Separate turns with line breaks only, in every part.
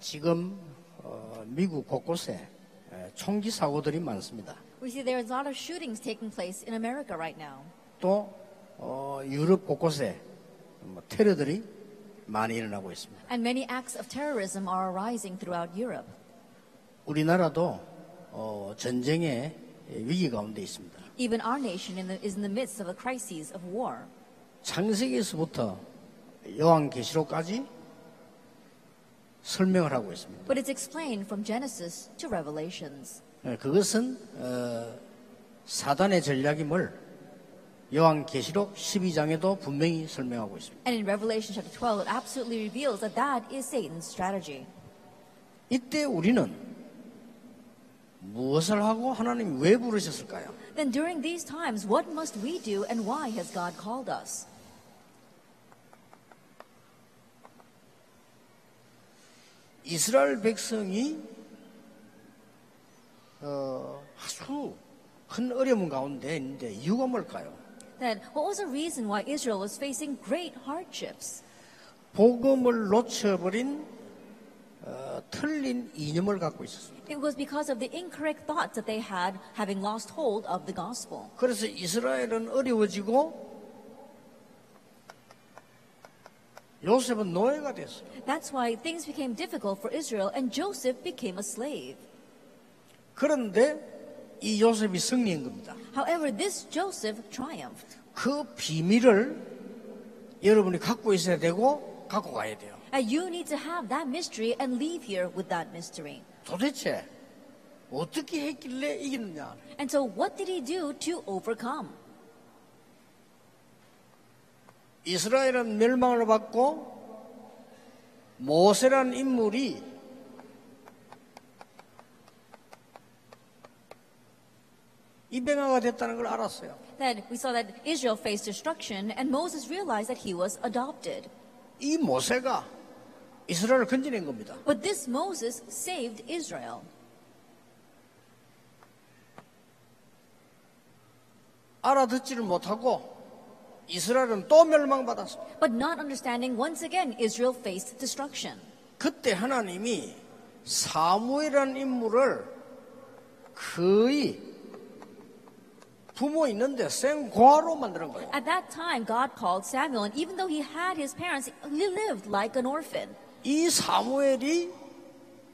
지금 어, 미국 곳곳에 에, 총기 사고들이 많습니다.
We see there's a lot of shootings taking place in America right now.
또 어, 유럽 곳곳에 뭐 테러들이 많이 일어나고 있습니다.
And many acts of terrorism are arising throughout Europe.
우리나라도 어, 전쟁의 위기 가운데 있습니다.
Even our nation in the, is in the midst of the crises of war.
창세기에서부터 요한계시록까지 설명을 하고 있습니다.
But it's explained from Genesis to Revelations.
예, 그것은 어, 사단의 전략이 뭘 요한계시록 12장에도 분명히 설명하고 있습니다.
And in Revelation chapter 12, it absolutely reveals that that is Satan's strategy.
이때 우리는 무엇을 하고 하나님 왜 부르셨을까요?
Then during these times, what must we do and why has God called us?
이스라엘 백성이 어, 아주 큰 어려움 가운데 있는데 이유가 뭘까요?
Then what was the reason why Israel was facing great hardships?
복음을 놓쳐버린 어, 틀린 이념을 갖고 있었습니다.
It was because of the incorrect thoughts that they had, having lost hold of the gospel.
그래서 이스라엘은 어려워지고 요셉은 노예가 됐어요.
That's why things became difficult for Israel and Joseph became a slave.
그런데 이 요셉이 승리한 겁니다.
However, this Joseph triumphed.
그 비밀을 여러분이 갖고 있어야 되고 갖고 가야 돼요.
And you need to have that mystery and leave here with that mystery.
도대체 어떻게 했길래 이기느냐?
And so, what did he do to overcome?
이스라엘은 멸망을 받고 모세라는 인물이 이병아가 됐다는 걸 알았어요.
Then we saw that Israel faced destruction, and Moses realized that he was adopted.
이 모세가 이스라엘을 건져낸 겁니다.
But this Moses saved Israel.
알아듣지를 못하고 이스라엘은 또 멸망받았어요.
But not understanding, once again, Israel faced destruction.
그때 하나님이 사무엘이라는 인물을 거의 부모 있는데 생고아로 만드는 거예요.
At that time, God called Samuel, and even though he had his parents, he lived like an orphan.
이 사무엘이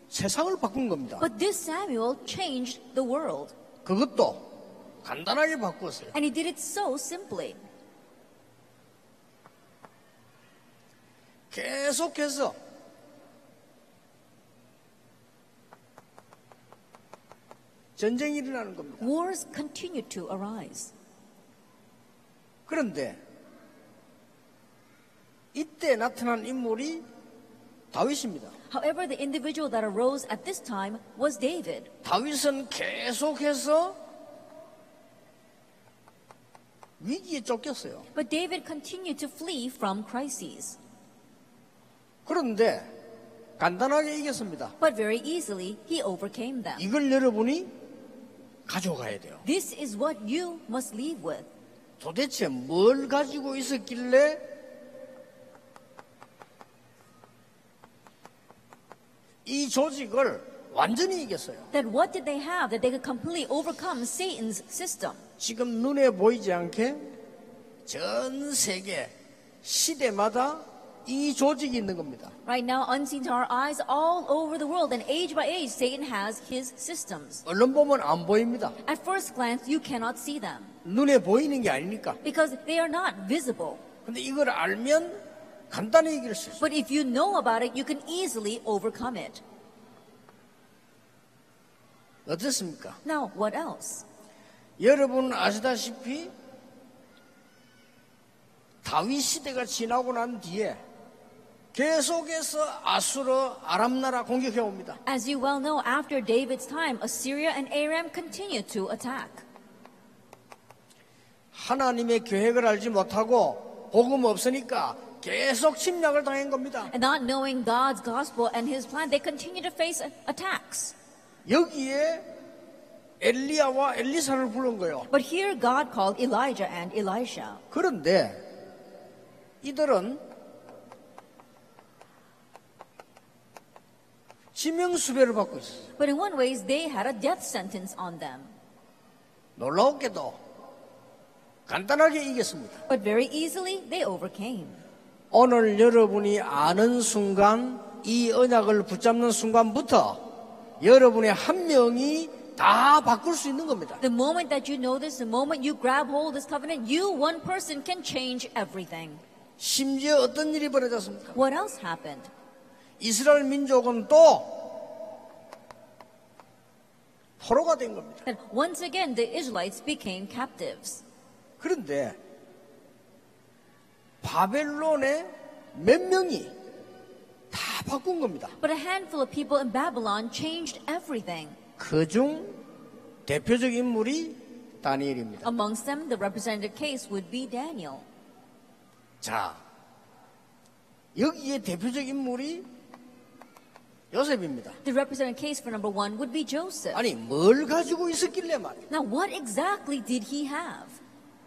세상을 바꾼 겁니다.
But this Samuel changed the world,
그것도 간단하게 바꾸었어요.
and he did it so simply.
계속해서 전쟁이 일어나는 겁니다.
Wars continued to arise.
그런데 이때 나타난 인물이 다윗입니다.
However, the individual that arose at this time was David.
다윗은 계속해서 위기에 쫓겼어요.
But David continued to flee from crises,
그런데 간단하게 이겼습니다.
but very easily he overcame them.
이걸 여러분이 가져가야 돼요.
This is what you must leave with.
도대체 뭘 가지고 있었길래 이 조직을 완전히 이겼어요.
That what did they have that they could completely overcome Satan's system?
지금 눈에 보이지 않게 전 세계 시대마다 이 조직이 있는 겁니다.
Right now, unseen to our eyes, all over the world, and age by age, Satan has his systems.
얼른 보면 안 보입니다.
At first glance, you cannot see them
눈에 보이는 게 아니니까.
because they are not visible.
근데 이걸 알면 간단히 이길 수 있어요.
But if you know about it, you can easily overcome it.
어떻습니까?
Now, what else?
여러분 아시다시피 다윗 시대가 지나고 난 뒤에 계속해서 아수르 아람 나라 공격해 옵니다.
As you well know, after David's time, Assyria and Aram continued to attack.
하나님의 계획을 알지 못하고 복음 없으니까 계속 침략을 당한 겁니다.
And not knowing God's gospel and his plan, they continued to face a- attacks.
여기에 엘리야와 엘리사를 부른 거예요.
But here, God called Elijah and Elisha.
그런데 이들은 지명수배를 받고 있어요.
But in one ways, they had a death sentence on them.
놀라웠게도 간단하게 이겼습니다.
But very easily, they overcame.
오늘 여러분이 아는 순간 이 언약을 붙잡는 순간부터 여러분의 한 명이 다 바꿀 수 있는 겁니다.
The moment that you know this, the moment you grab hold of this covenant, you, one person, can change everything.
심지어 어떤 일이 벌어졌습니까?
What else happened?
이스라엘 민족은 또 포로가 된 겁니다.
That once again, the Israelites became captives.
그런데 바벨론에 몇 명이 다 바꾼 겁니다.
But a handful of people in Babylon changed everything.
그중 대표적 인물이 다니엘입니다.
Amongst them, the representative case would be Daniel.
자, 여기에 대표적 인물이 요셉입니다.
The representative case for number one would be Joseph.
아니, 뭘 가지고 있었길래 말이야.
Now, what exactly did he have?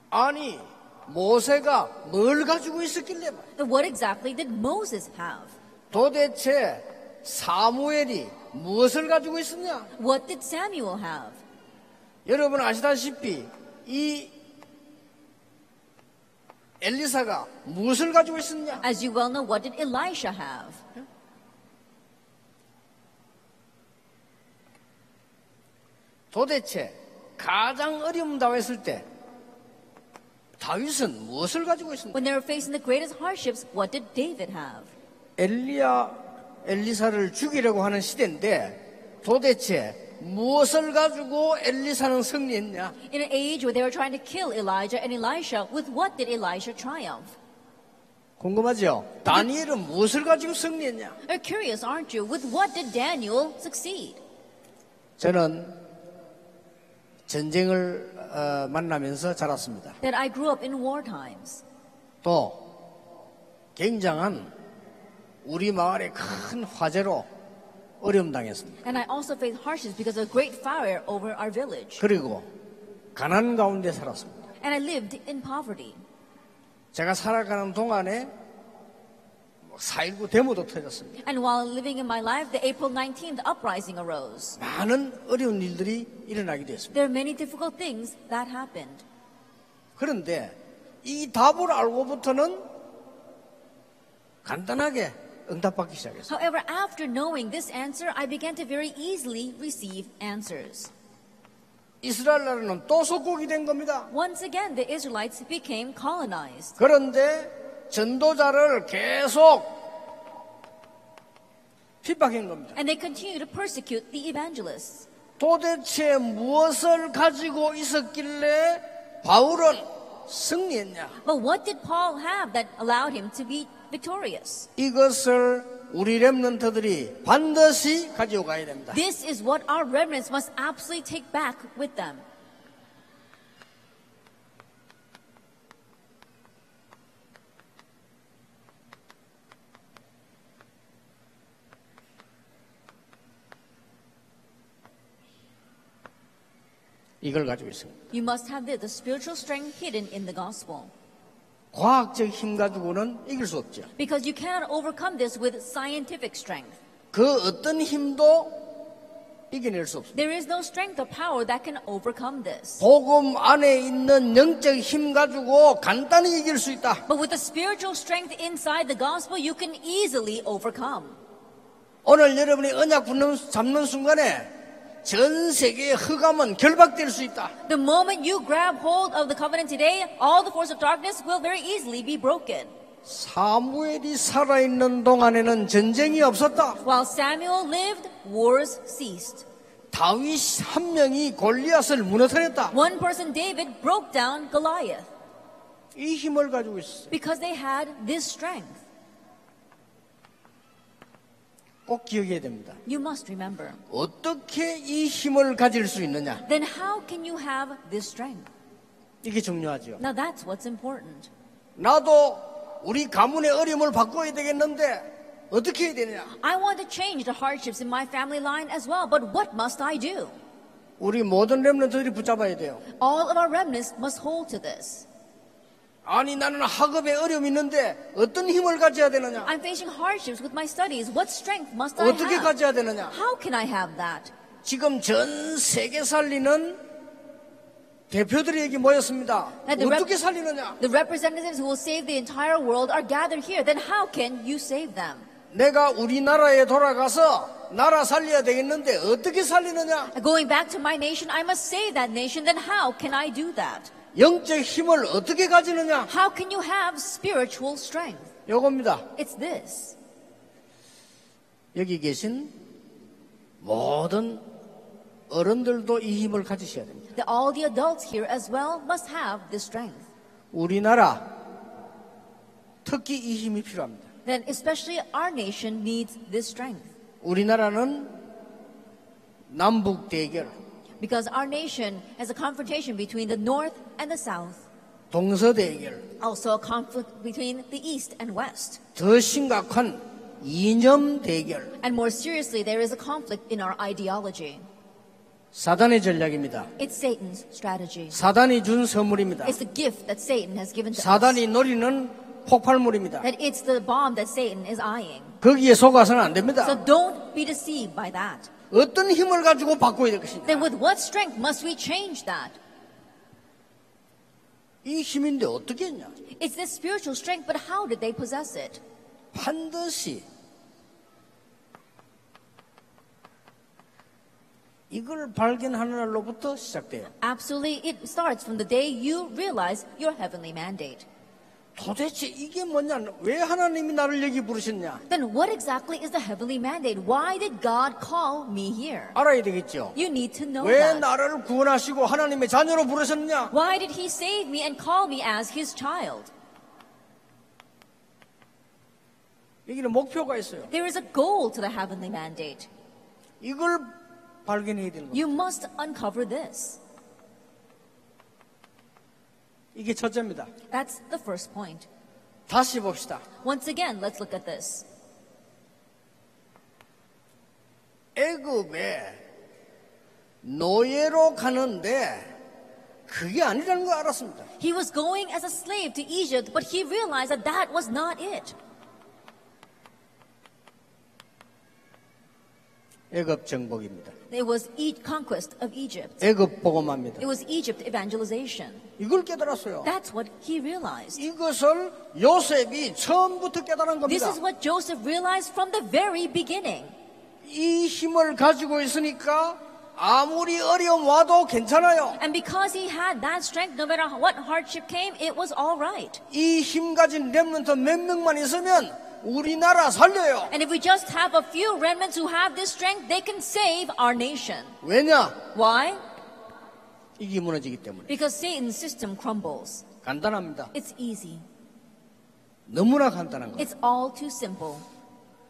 아니, 모세가 뭘 가지고 있었길래 말이야.
Now, what exactly did Moses have?
도대체 사무엘이 무엇을 가지고 있었냐?
What did Samuel have?
여러분 아시다시피 이 엘리사가 무엇을 가지고 있었냐?
As you well know, what did Elisha have?
도대체 가장 어려움 당했을 때 다윗은 무엇을 가지고 있었냐?
When they were facing the greatest hardships, what did David have?
엘리야 엘리사를 죽이려고 하는 시대인데 도대체 무엇을 가지고 엘리사는 승리했냐?
In an age where they were trying to kill Elijah and Elisha, with what did Elisha triumph?
궁금하죠? 다니엘은 무엇을 가지고 승리했냐?
You're curious, aren't you? With what did Daniel succeed?
저는 전쟁을 어, 만나면서 자랐습니다.
That I grew up in war times.
또 굉장한 우리 마을의 큰 화재로 어려움 당했습니다.
And I also faced hardships because of a great fire over our village.
그리고 가난 가운데 살았습니다.
And I lived in poverty.
제가 살아가는 동안에 4.19 데모도 터졌습니다.
And while living in my life, the April 19th uprising arose.
많은 어려운 일들이 일어나기도 했습니다.
There are many difficult things that happened.
그런데 이 답을 알고부터는 간단하게 응답받기 시작했습니다.
However, after knowing this answer, I began to very easily receive answers.
이스라엘 나라는 또 속국이 된 겁니다.
Once again, the Israelites became colonized.
그런데 전도자를 계속 핍박한 겁니다.
And they continue to persecute the evangelists.
도대체 무엇을 가지고 있었길래 바울은 승리했냐?
But what did Paul have that allowed him to be victorious?
이것을 우리 렘넌트들이 반드시 가지고 가야 됩니다.
This is what our remnants must absolutely take back with them.
이걸 가지고 있습니다.
You must have this, the spiritual strength hidden in the gospel.
과학적 힘 가지고는 이길 수 없죠.
Because you cannot overcome this with scientific strength.
그 어떤 힘도 이겨낼 수 없습니다.
There is no strength or power that can overcome this.
복음 안에 있는 영적 힘 가지고 간단히 이길 수 있다.
But with the spiritual strength inside the gospel, you can easily overcome.
오늘 여러분이 언약 붙는, 잡는 순간에 전 세계의 흑암은 결박될 수 있다.
The moment you grab hold of the covenant today, all the force of darkness will very easily be broken.
사무엘이 살아있는 동안에는 전쟁이 없었다.
While Samuel lived, wars ceased.
다윗 한 명이 골리앗을 무너뜨렸다.
One person, David, broke down Goliath
이 힘을 가지고 있어요.
because they had this strength.
꼭 기억해야 됩니다.
You must remember.
어떻게 이 힘을 가질 수 있느냐.
Then how can you have this strength?
이게 중요하죠.
Now that's what's important.
나도 우리 가문의 어려움을 바꿔야 되겠는데 어떻게 해야 되느냐.
I want to change the hardships in my family line as well, but what must I do?
우리 모든 렘런트들이 붙잡아야 돼요.
All of our remnants must hold to this.
아니 나는 학업에 어려움이 있는데 어떤 힘을 가져야 되느냐?
I'm facing hardships with my studies. What strength must I
어떻게
have?
가져야 되느냐?
How can I have that?
지금 전 세계 살리는 대표들이 여기 모였습니다.
And the rep-
어떻게 살리느냐?
The representatives who will save the entire world are gathered here. Then how can you save them?
내가 우리나라에 돌아가서 나라 살려야 되겠는데 어떻게 살리느냐?
Going back to my nation, I must save that nation. Then how can I do that?
영적 힘을 어떻게 가지느냐?
How can you have spiritual strength?
요겁니다.
It's this.
여기 계신 모든 어른들도 이 힘을 가지셔야 됩니다.
That all the adults here as well must have this strength.
우리나라 특히 이 힘이 필요합니다.
Then especially our nation needs this strength.
우리나라는 남북 대결,
Because our nation has a confrontation between the North and the South,
동서 대결,
also a conflict between the East and West.
더 심각한 이념 대결,
And more seriously, there is a conflict in our ideology.
사단의 전략입니다.
It's Satan's strategy.
사단이 준 선물입니다.
It's the gift that Satan has given to us.
사단이 노리는 폭발물입니다.
That it's the bomb that Satan is eyeing.
거기에 속아서는 안
So
됩니다.
don't be deceived by that.
어떤 힘을 가지고 바꿔야 될 것인가?
Then with what strength must we change that?
이 힘인데 어떻게 했냐?
It's this spiritual strength, but how did they possess it?
반드시 이걸 발견하는 날로부터 시작돼요.
Absolutely, it starts from the day you realize your heavenly mandate.
도대체 이게 뭐냐? 왜 하나님이 나를 여기 부르셨냐?
Then what exactly is the heavenly mandate? Why did God call me here?
알아야 되겠죠.
You need to know
왜
that.
나를 구원하시고 하나님의 자녀로 부르셨냐?
Why did he save me and call me as his child?
여기는 목표가 있어요.
There is a goal to the heavenly mandate.
이걸 발견해야 되는 거예요.
You must uncover this.
이게 첫째입니다.
That's the first point.
다시 봅시다.
Once again, let's look at this.
애굽에 노예로 가는데 그게 아니라는 걸 알았습니다.
He was going as a slave to Egypt, but he realized that that was not it.
애굽 정복입니다.
It was e- conquest of Egypt.
애굽 복음합니다.
It was Egypt evangelization.
이걸 깨달았어요.
That's what he realized.
이것을 요셉이 처음부터 깨달은
This
겁니다.
is what Joseph realized from the very beginning.
이 힘을 가지고 있으니까 아무리 어려움 와도 괜찮아요.
And because he had that strength, no matter what hardship came, it was all right.
이 힘 가진 렘넌트 몇 명만 있으면 우리나라 살려요.
And if we just have a few remnants who have this strength, they can save our nation.
왜냐?
Why?
이게 무너지기 때문에.
Because Satan's system crumbles.
간단합니다.
It's easy.
너무나 간단한 거예요.
It's all too simple.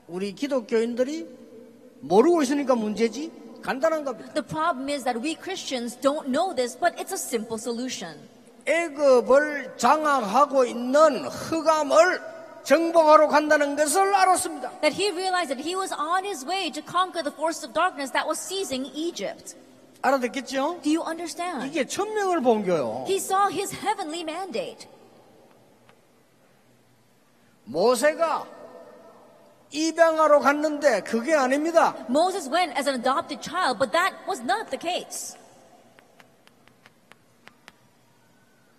우리 기독교인들이 모르고 있으니까 문제지 간단한 겁니다.
The problem is that we Christians don't know this, but it's a simple solution.
애급을 장악하고 있는 흑암을 정복하러 간다는 것을 알았습니다.
That he realized that he was on his way to conquer the force of darkness that was seizing Egypt.
알아듣겠죠?
Do you understand?
이게 천명을 본겨요.
He saw his heavenly mandate.
모세가 입양하러 갔는데 그게 아닙니다.
Moses went as an adopted child, but that was not the case.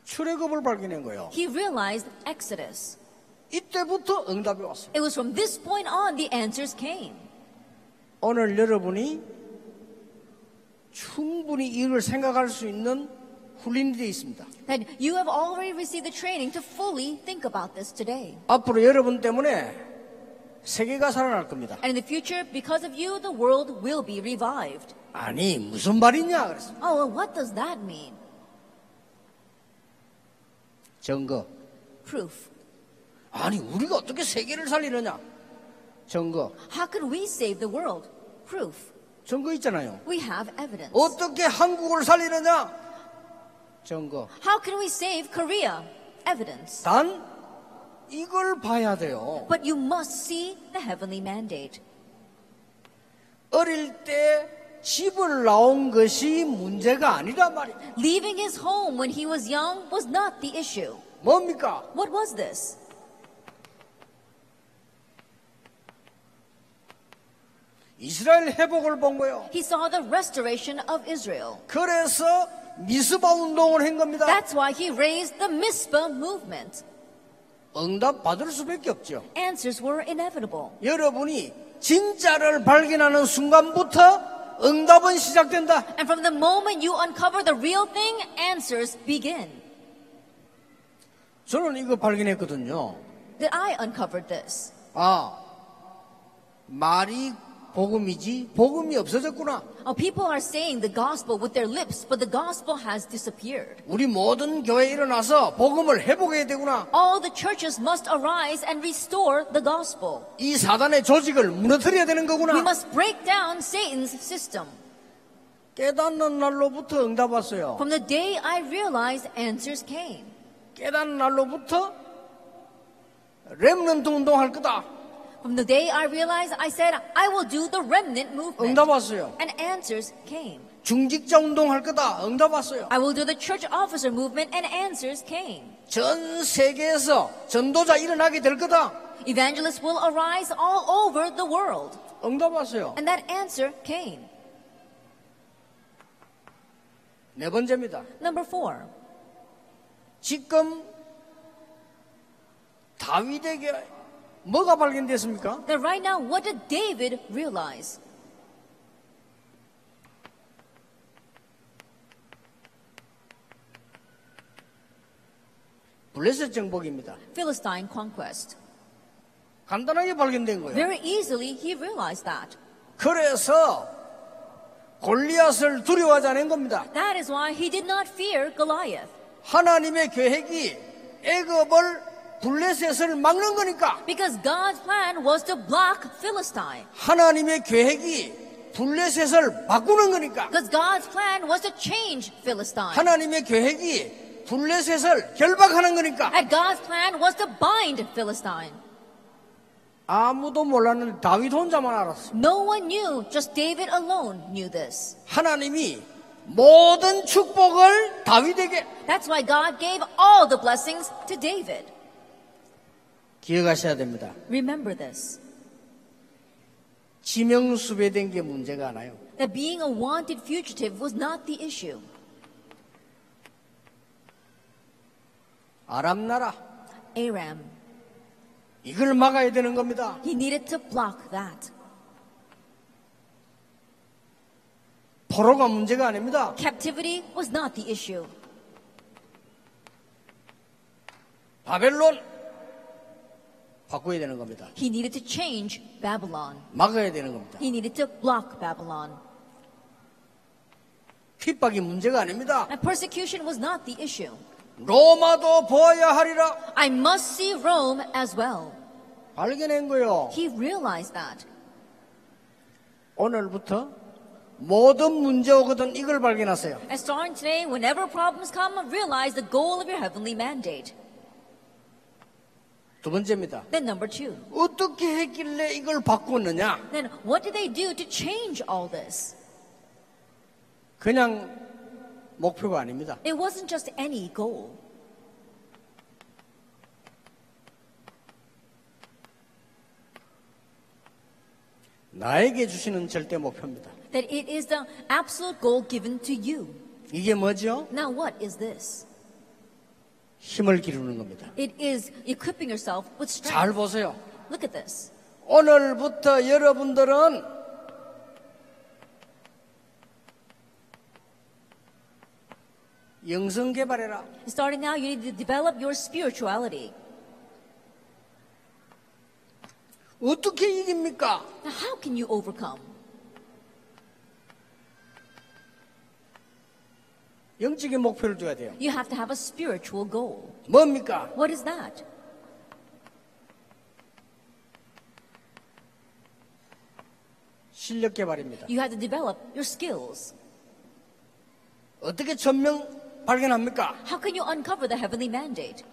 출애굽을 발견한 거예요.
He realized Exodus.
이때부터 응답이 왔어요.
It was from this point on the answers came.
오늘 여러분이 충분히 이를 생각할 수 있는 훈련이 되어 있습니다.
And you have already received the training to fully think about this today.
앞으로 여러분 때문에 세계가 살아날 겁니다.
And in the future, because of you, the world will be revived.
아니 무슨 말이냐 그랬어.
Oh, well, what does that mean?
증거.
Proof.
아니 우리가 어떻게 세계를 살리느냐? 증거.
How could we save the world? Proof.
증거 있잖아요.
We have evidence.
어떻게 한국을 살리느냐? 증거.
How can we save Korea? Evidence.
단 이걸 봐야 돼요.
But you must see the heavenly mandate.
어릴 때 집을 나온 것이 문제가 아니란 말이에요.
Leaving his home when he was young was not the issue.
뭡니까?
What was this?
이스라엘 회복을 본 거예요.
He saw the restoration of Israel.
그래서 미스바 운동을 한 겁니다.
That's why he raised the Mizpah movement.
응답 받을 수밖에 없죠.
Answers were inevitable.
여러분이 진짜를 발견하는 순간부터 응답은 시작된다.
And from the moment you uncover the real thing, answers begin.
저는 이거 발견했거든요.
That I uncovered this.
아, 말이 복음이지 복음이 없어졌구나.
Oh, people are saying the gospel with their lips, but the gospel has disappeared.
우리 모든 교회 일어나서 복음을 회복해야 되구나.
All the churches must arise and restore the gospel.
이 사단의 조직을 무너뜨려야 되는
We
거구나.
must break down Satan's system.
깨닫는 날로부터 응답 왔어요.
From the day I realized answers came.
깨닫는 날로부터 렘넌트 운동할 거다.
From the day I realized I said I will do the remnant movement.
응답 왔어요.
And answers came.
중직자 운동할 거다. 응답 왔어요.
I will do the church officer movement and answers came.
전 세계에서 전도자 일어나게 될 거다.
Evangelists will arise all over the world.
응답 왔어요.
And that answer came.
네 번째입니다.
Number four.
지금 다윗에게 뭐가 발견됐습니까?
That right now, what did David realize?
블레셋 정복입니다.
Philistine conquest.
간단하게 발견된 거예요.
Very easily, he realized that.
그래서 골리앗을 두려워하지 않은 겁니다.
That is why he did not fear Goliath.
하나님의 계획이 애굽을 블레셋을 막는 거니까
Because God's plan was to block Philistine.
하나님의 계획이 블레셋을 바꾸는 거니까
Because God's plan was to change Philistine.
하나님의 계획이 블레셋을 결박하는 거니까
And God's plan was to bind Philistine.
아무도 몰랐는데 다윗 혼자만 알았어.
No one knew, just David alone knew this.
하나님이 모든 축복을 다윗에게
That's why God gave all the blessings to David.
기억하셔야 됩니다.
Remember this
지명수배된 게 문제가 나요.
that being a wanted fugitive was not the issue.
아랍 나라
Aram,
이걸 막아야 되는 겁니다.
he needed to block that.
포로가 문제가 아닙니다.
Captivity was not the issue.
바벨론 바꿔야 되는 겁니다.
He needed to change Babylon.
막아야 되는 겁니다.
He needed to block Babylon.
핍박이 문제가 아닙니다.
And persecution was not the issue.
로마도 보아야 하리라
I must see Rome as well.
발견한 거요.
He realized that.
오늘부터 모든 문제 오거든 이걸 발견하세요.
And starting today, whenever problems come, realize the goal of your heavenly mandate.
두 번째입니다.
Then number two.
어떻게 했길래 이걸 바꾸느냐?
Then what did they do to change all this?
그냥 목표가 아닙니다.
It wasn't just any goal.
나에게 주시는 절대 목표입니다.
That it is the absolute goal given to you.
이게 뭐죠?
Now what is this?
힘을 기르는 겁니다.
It is equipping yourself with
잘
strength.
보세요.
Look at this.
오늘부터 여러분들은 영성 개발해라.
Starting now, you need to develop your spirituality.
어떻게 이깁니까?
Now how can you overcome?
영적인 목표를 줘야 돼요.
You have to have a spiritual goal.
뭡니까?
What is that?
실력 개발입니다.
You have to develop your skills.
어떻게 전명 발견합니까?
How can you uncover the heavenly mandate?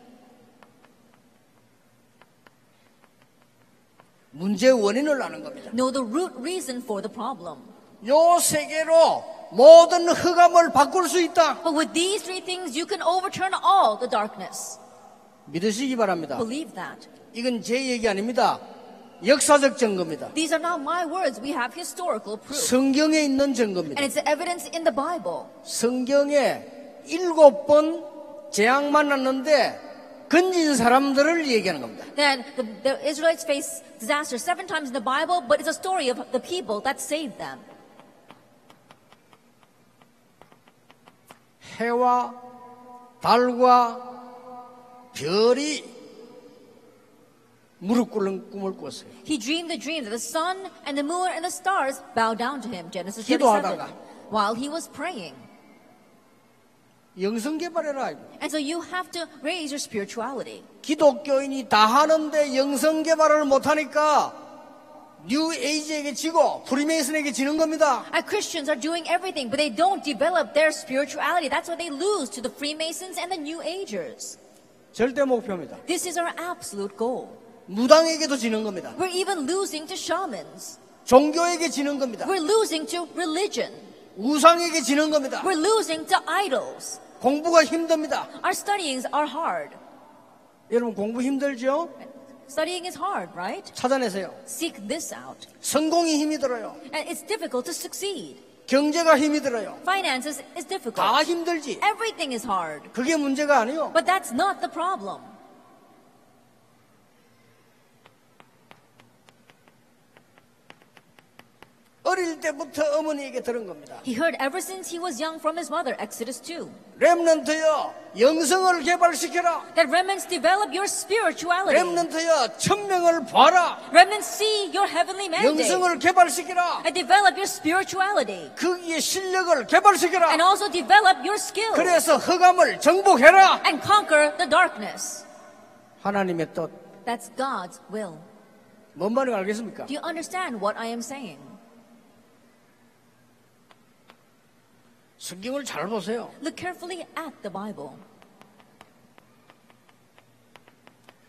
문제의 원인을 아는 겁니다.
Know the root reason for the problem.
요 세계로 모든 흑암을 바꿀 수 있다.
But with these three things, you can overturn all the darkness.
믿으시기 바랍니다.
Believe that.
이건 제 얘기 아닙니다. 역사적 증거입니다.
These are not my words. We have historical proof.
성경에 있는
And
증거입니다.
it's the evidence in the Bible.
성경에 일곱 번 재앙 만났는데 건진 사람들을 얘기하는 겁니다.
Then the, the Israelites faced disaster seven times in the Bible, but it's a story of the people that saved them.
해와 달과 별이 무릎 꿇는 꿈을 꿨어요.
He dreamed the dream that the sun and the moon and the stars bowed down to him. Genesis 37.
기도하다가.
While he was praying.
영성 개발해라. 이거.
And so you have to raise your spirituality.
기독교인이 다 하는데 영성 개발을 못하니까 뉴 에이지에게 지고 프리메이슨에게 지는 겁니다.
And Christians are doing everything, but they don't develop their spirituality. That's why they lose to the Freemasons and the New Agers.
절대 목표입니다.
This is our absolute goal.
무당에게도 지는 겁니다.
We're even losing to shamans.
종교에게 지는 겁니다.
We're losing to religion.
우상에게 지는 겁니다.
We're losing to idols.
공부가 힘듭니다.
Our studyings are hard.
여러분 공부 힘들죠?
Studying is hard, right?
찾아내세요.
Seek this out.
성공이 힘이 들어요.
And it's difficult to succeed.
경제가 힘이 들어요.
Finances is difficult.
다 힘들지.
Everything is hard.
그게 문제가 아니요.
But that's not the problem.
어릴 때부터 어머니에게 들은 겁니다.
He heard ever since he was young from his mother, Exodus 2,
렘넌트여 영성을 개발시켜라.
that remnants develop your spirituality.
렘넌트여 천명을 봐라.
remnants see your heavenly mandate
영성을 개발시켜라.
and develop your spirituality
거기에 실력을
and
개발시켜라.
also develop your skills
그래서 흑암을 정복해라.
and conquer the darkness.
하나님의 뜻.
That's God's will.
뭔 말인지 알겠습니까?
Do you understand what I am saying?
성경을 잘 보세요.
Look carefully at the Bible.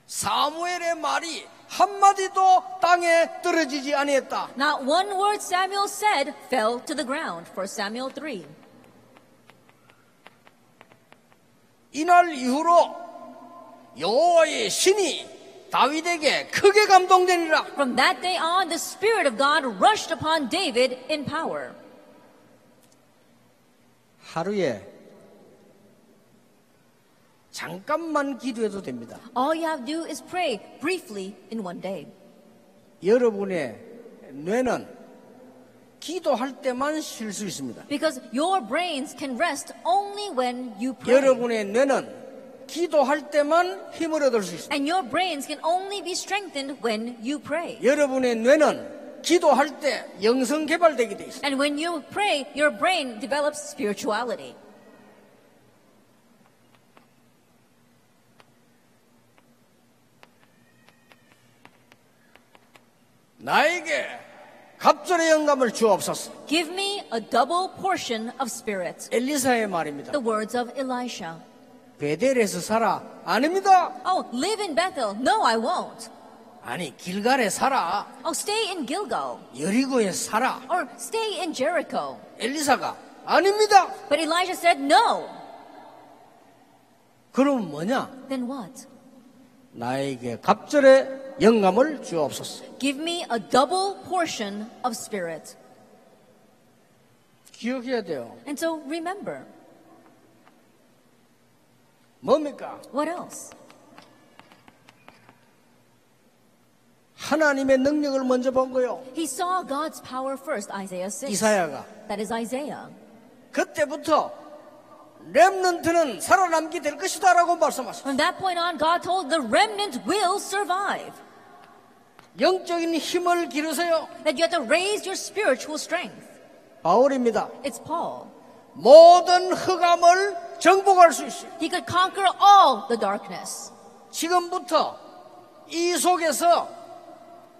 사무엘의 말이 한마디도 땅에 떨어지지 아니했다.
Not one word Samuel said fell to the ground, 1 Samuel 3.
이날 이후로 여호와의 신이 다윗에게 크게 감동되니라.
From that day on, the Spirit of God rushed upon David in power.
하루에 잠깐만 기도해도 됩니다.
All you have to do is pray briefly in one day.
여러분의 뇌는 기도할 때만 쉴 수 있습니다.
Because your brains can rest only when you pray.
여러분의 뇌는 기도할 때만 힘을 얻을 수 있습니다.
And your brains can only be strengthened when you pray.
여러분의 뇌는 기도할 때 영성 개발되게 돼 있습니다.
And when you pray, your brain develops spirituality.
나에게 갑절의 영감을 주옵소서.
Give me a double portion of spirit.
엘리사의 말입니다.
The words of Elisha.
베델에서 살아. 아닙니다.
Oh, live in Bethel. No, I won't.
아니 길갈에 살아.
Oh, stay in Gilgal.
여리고에 살아.
Or stay in Jericho.
엘리사가 아닙니다.
But Elijah said, No.
그럼 뭐냐?
Then what?
나에게 갑절의 영감을 주옵소서.
Give me a double portion of spirit.
기억해야 돼요.
And so remember,
뭡니까?
what else?
하나님의 능력을 먼저 본 거요.
He saw God's power first, Isaiah 6.
이사야가
That is Isaiah.
그때부터 렘넌트는 살아남게 될 것이다라고 말씀하셨어요.
From that point on, God told the remnant will survive.
영적인 힘을 기르세요.
That you have to raise your spiritual strength.
바울입니다.
It's Paul.
모든 흑암을 정복할 수 있어요.
He could conquer all the darkness
지금부터 이 속에서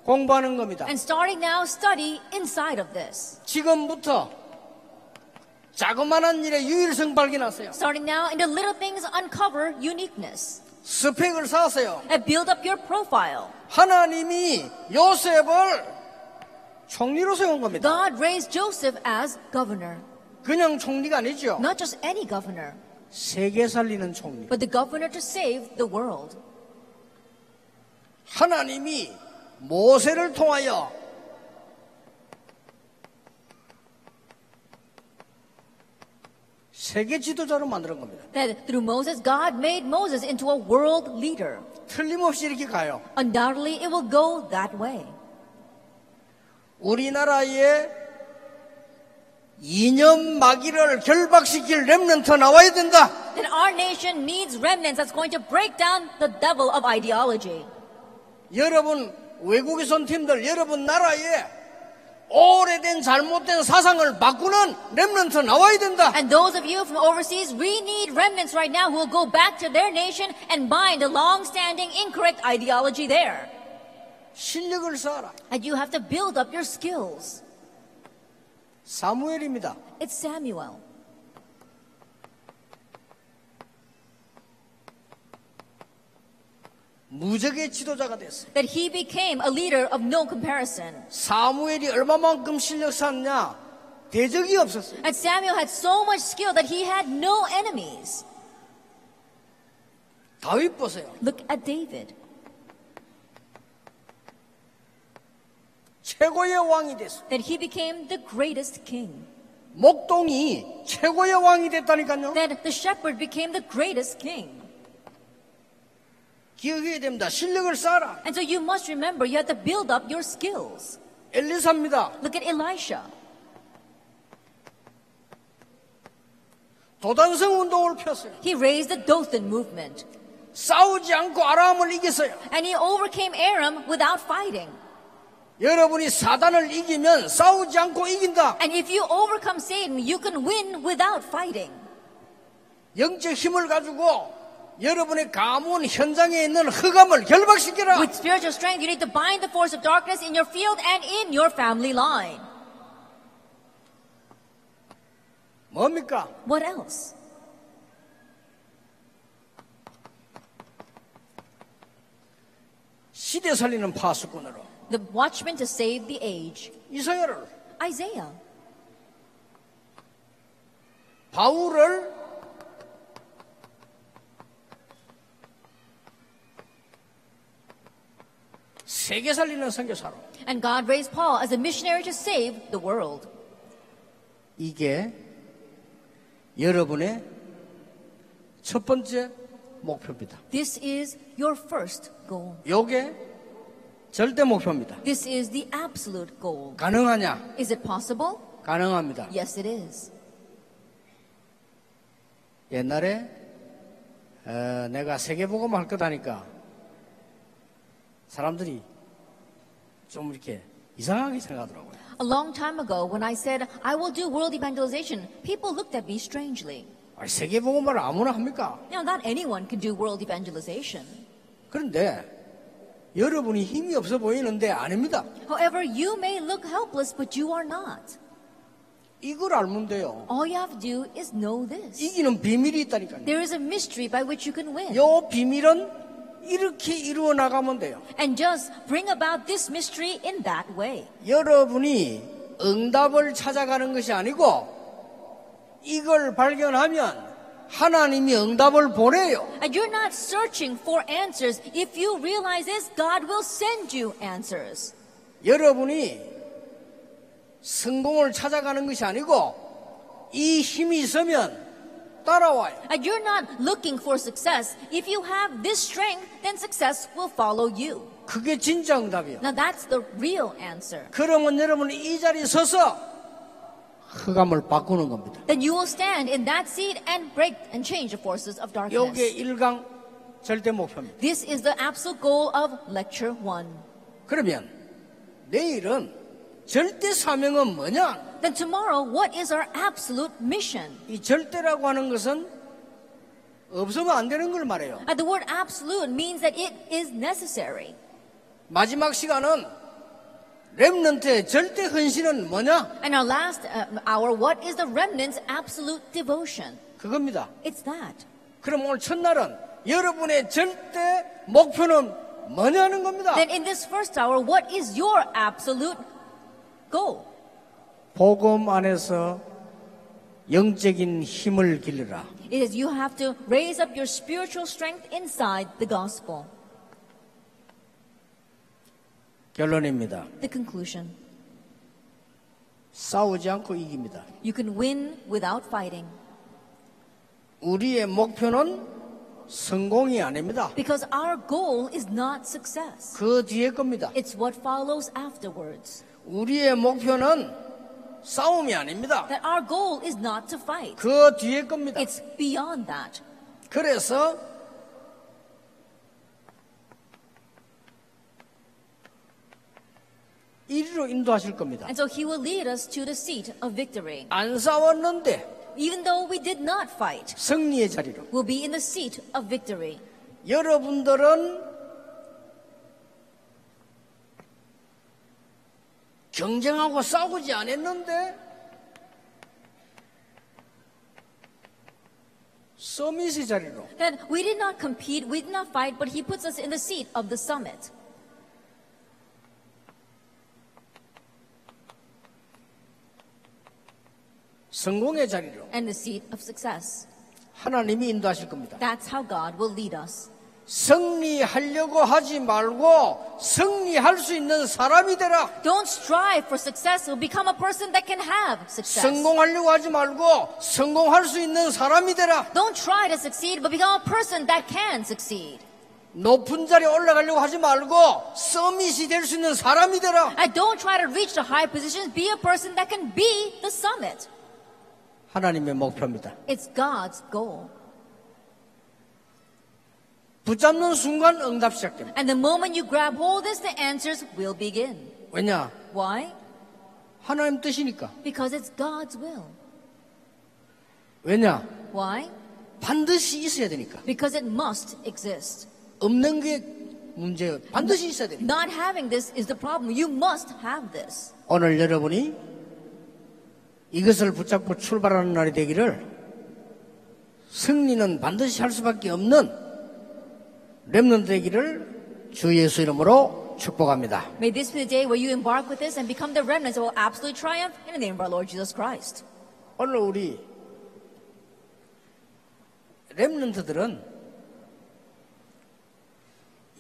공부하는 겁니다.
and starting now study inside of this.
지금부터 자그마한 일에 유일성 발견하세요.
Starting now in the little things uncover uniqueness
스펙을 쌓으세요.
and build up your profile.
하나님이 요셉을 총리로 세운 겁니다.
God raised Joseph as governor,
그냥 총리가 아니죠.
not just any governor.
세계 살리는 총리.
but the governor to save the world.
하나님이 모세를 통하여 세계 지도자로 만드는 겁니다.
That through Moses, God made Moses into a world leader.
틀림없이 이렇게 가요.
Undoubtedly, it will go that way.
우리나라에 이념 마귀를 결박시킬 렘넌트 나와야 된다.
That our nation needs remnants that's going to break down the devil of ideology.
여러분 외국에서 온 팀들 여러분 나라에 오래된 잘못된 사상을 바꾸는 렘넌트 나와야 된다.
And those of you from overseas, we need remnants right now who will go back to their nation and bind the long-standing incorrect ideology there.
실력을 쌓아라.
And you have to build up your skills.
사무엘입니다.
It's Samuel.
무적의 지도자가 됐어요.
That he became a leader of no comparison.
사무엘이 얼마만큼 실력 쌓냐? 대적이 없었어요.
And Samuel had so much skill that he had no enemies.
다윗 보세요.
Look at David.
최고의 왕이 됐어요.
That he became the greatest king.
목동이 최고의 왕이 됐다니까요.
That the shepherd became the greatest king.
기억해야 됩니다. 실력을 쌓아라.
And so you must remember you have to build up your skills.
엘리사입니다.
Look at Elisha.
도단성 운동을 폈어요.
He raised the Dothan movement.
싸우지 않고 아람을 이겼어요.
And he overcame Aram without fighting.
여러분이 사단을 이기면 싸우지 않고 이긴다.
And if you overcome Satan, you can win without fighting.
영적 힘을 가지고 여러분의 가문 현장에 있는 흑암을 결박시켜라.
With spiritual strength, you need to bind the force of darkness in your field and in your family line.
뭡니까?
What else?
시대 살리는 파수꾼으로
The watchman to save the age.
이사야를
Isaiah.
바울을 세계 살리는 선교사로
And God raised Paul as a missionary to save the world.
이게 여러분의 첫 번째 목표입니다.
This is your first goal.
요게 절대 목표입니다.
This is the absolute goal.
가능하냐?
Is it possible?
가능합니다.
Yes, it is.
옛날에 어, 내가 세계보고만 할 거다니까 사람들이 좀 이렇게 이상하게 생각하더라고요.
A long time ago, when I said I will do world evangelization, people looked at me strangely.
아, 세계보고만 아무나 합니까?
Now, not anyone can do world evangelization.
그런데 여러분이 힘이 없어 보이는데 아닙니다.
However, you may look helpless, but you are not.
이걸 알면 돼요.
All you have to do is know this.
이기는 비밀이 있다니까요.
There is a mystery by which you can win.
요 비밀은 이렇게 이루어 나가면 돼요.
And just bring about this mystery in that way.
여러분이 응답을 찾아가는 것이 아니고 이걸 발견하면 하나님이 응답을 보내요.
And you're not searching for answers. If you realize this, God will send you answers.
여러분이 성공을 찾아가는 것이 아니고 이 힘이 있으면 따라와요.
And you're not looking for success. If you have this strength, then success will follow you.
그게 진짜 응답이에요.
Now that's the real answer.
그러면 여러분이 이 자리에 서서 흑암을 바꾸는 겁니다.
Then you will stand in that seat and break and change the forces of darkness.
요게 일강 절대 목표입니다.
This is the absolute goal of lecture one.
그러면 내일은 절대 사명은 뭐냐?
Then tomorrow, what is our absolute mission?
이 절대라고 하는 것은 없으면 안 되는 걸 말해요.
And Uh, the word absolute means that it is necessary.
마지막 시간은 렘넌트의 절대 헌신은 뭐냐?
And our last uh, hour, what is the remnant's absolute devotion?
그겁니다.
It's that.
그럼 오늘 첫날은 여러분의 절대 목표는 뭐냐는 겁니다.
Then in this first hour, what is your absolute goal?
복음 안에서 영적인 힘을 기르라.
It is you have to raise up your spiritual strength inside the gospel.
결론입니다.
The conclusion
싸우지 않고 이깁니다.
you can win without fighting
우리의 목표는 성공이 아닙니다.
because our goal is not success,
그 뒤에 겁니다.
it's what follows afterwards.
우리의 목표는 싸움이 아닙니다.
That our goal is not to fight,
그 뒤에 겁니다.
it's beyond that.
그래서 이리로 인도하실 겁니다.
And so he will lead us to the seat of victory.
안 싸웠는데
Even though we did not fight,
승리의 자리로.
we'll be in the seat of victory.
여러분들은 경쟁하고 싸우지 않았는데 서밋의 자리로.
That we did not compete, we did not fight, but he puts us in the seat of the summit.
성공의 자리로
and the seat of success.
하나님이 인도하실 겁니다.
That's how God will lead us.
승리하려고 하지 말고 승리할 수 있는 사람이 되라.
Don't strive for success, or become a person that can have success.
성공하려고 하지 말고 성공할 수 있는 사람이 되라.
Don't try to succeed, but become a person that can succeed.
높은 자리에 올라가려고 하지 말고 서밋이 될 수 있는 사람이 되라.
And don't try to reach the high positions, be a person that can be the summit.
하나님의 목표입니다.
It's God's goal.
붙잡는 순간 응답 시작됩니다.
And the moment you grab hold of this, the answers will begin.
왜냐?
Why?
하나님 뜻이니까.
Because it's God's will.
왜냐?
Why?
반드시 있어야 되니까.
Because it must exist.
없는 게 문제예요. 반드시 있어야 되니까.
Not having this is the problem. You must have this.
오늘 여러분이 이것을 붙잡고 출발하는 날이 되기를 승리는 반드시 할 수밖에 없는 렘넌트 되기를 주 예수 이름으로 축복합니다.
May this be the day where you embark with this and become the remnants that will absolutely triumph in the name of our Lord Jesus Christ.
오늘 우리 렘넌트들은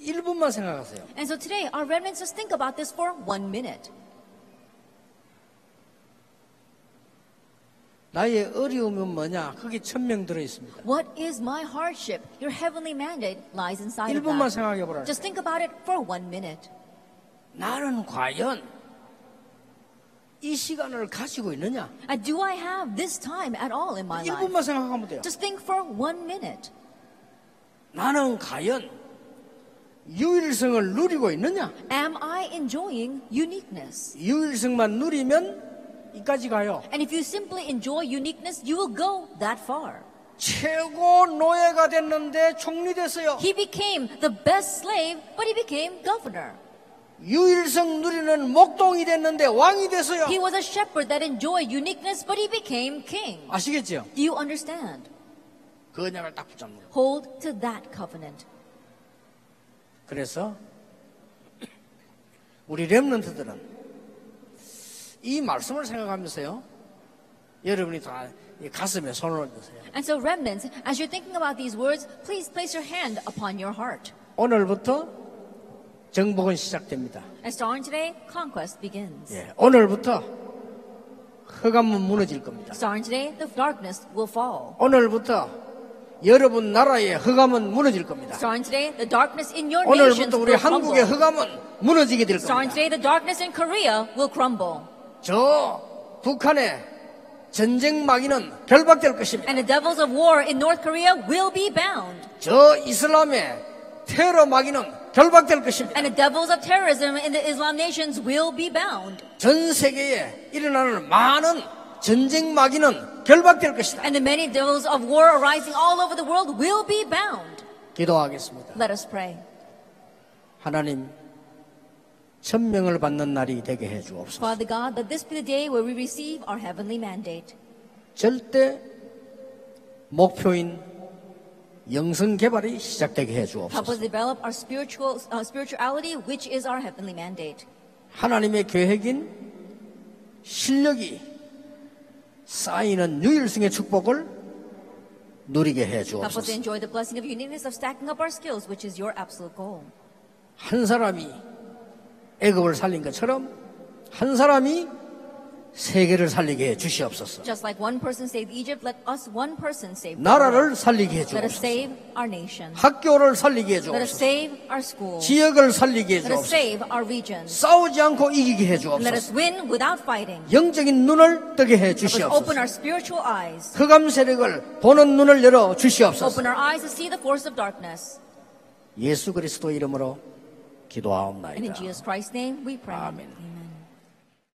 일분만 생각하세요.
And so today, our remnants, just think about this for one minute.
나의 어려움은 뭐냐? 거기 천명 들어 있습니다.
What is my hardship? Your heavenly mandate lies inside of
1분만
that.
생각해 보라.
Just think about it for one minute.
나는 과연 이 시간을 가지고 있느냐?
And do I have this time at all in my
일
life?
분만 생각하면 돼요.
Just think for one minute.
나는 과연 유일성을 누리고 있느냐?
Am I enjoying uniqueness?
유일성만 누리면 이까지 가요.
And if you simply enjoy uniqueness, you will go that far.
최고 노예가 됐는데 총리 됐어요.
He became the best slave, but he became governor.
유일성 누리는 목동이 됐는데 왕이 됐어요.
He was a shepherd that enjoyed uniqueness, but he became king.
아시겠죠?
Do you understand?
그 언약을 딱 붙잡는 거예요.
Hold to that covenant.
그래서 우리 렘런트들은 이 말씀을 생각하면서요. 여러분이 다이 가슴에 손을 얹으세요.
And so, remnants, as you're thinking about these words, please place your hand upon your heart.
오늘부터 정복은 시작됩니다.
And starting today, conquest begins.
예, 오늘부터 흑암은 무너질 겁니다.
Starting today, the darkness will fall.
오늘부터 여러분 나라의 흑암은 무너질 겁니다.
Starting today, the darkness in your nation
오늘부터 우리
will
한국의
crumble.
흑암은 무너지게 될
Starting
겁니다.
today, the darkness in Korea will crumble.
저 북한의 전쟁 마귀는 결박될 것입니다.
And the devils of war in North Korea will be bound.
저 이슬람의 테러 마귀는 결박될 것입니다.
And the devils of terrorism in the Islam nations will be bound.
전 세계에 일어나는 많은 전쟁 마귀는 결박될 것이다.
And the many devils of war arising all over the world will be bound.
기도하겠습니다.
Let us pray.
하나님 천명을 받는 날이 되게 해 주옵소서.
Father God, let this be the day where we receive our heavenly mandate.
절대 목표인 영성 개발이 시작되게 해
Help us
주옵소서.
develop our spiritual uh, spirituality, which is our heavenly mandate.
하나님의 계획인 실력이 쌓이는 유일성의 축복을 누리게 해
Help us
주옵소서.
to enjoy the blessing of uniqueness of stacking up our skills, which is your absolute goal.
한 사람이 애굽을 살린 것처럼 한 사람이 세계를 살리게 해 주시옵소서.
Just like one person saved Egypt, let us one person save. the world.
나라를 살리게 해
Let us
주옵소서.
save our nation.
학교를 살리게 해
Let us
주옵소서.
save our school.
지역을 살리게 해
Let us
주옵소서.
save our region.
싸우지 않고 이기게 해
Let us
주옵소서.
win without fighting.
영적인 눈을 뜨게 해
Let us
주시옵소서.
open our spiritual eyes.
흑암 세력을 보는 눈을 열어 주시옵소서.
Open our eyes to see the force of darkness.
예수 그리스도 이름으로
And in
기도하옵나이다.
Jesus Christ's name, we pray.
Amen.
Amen.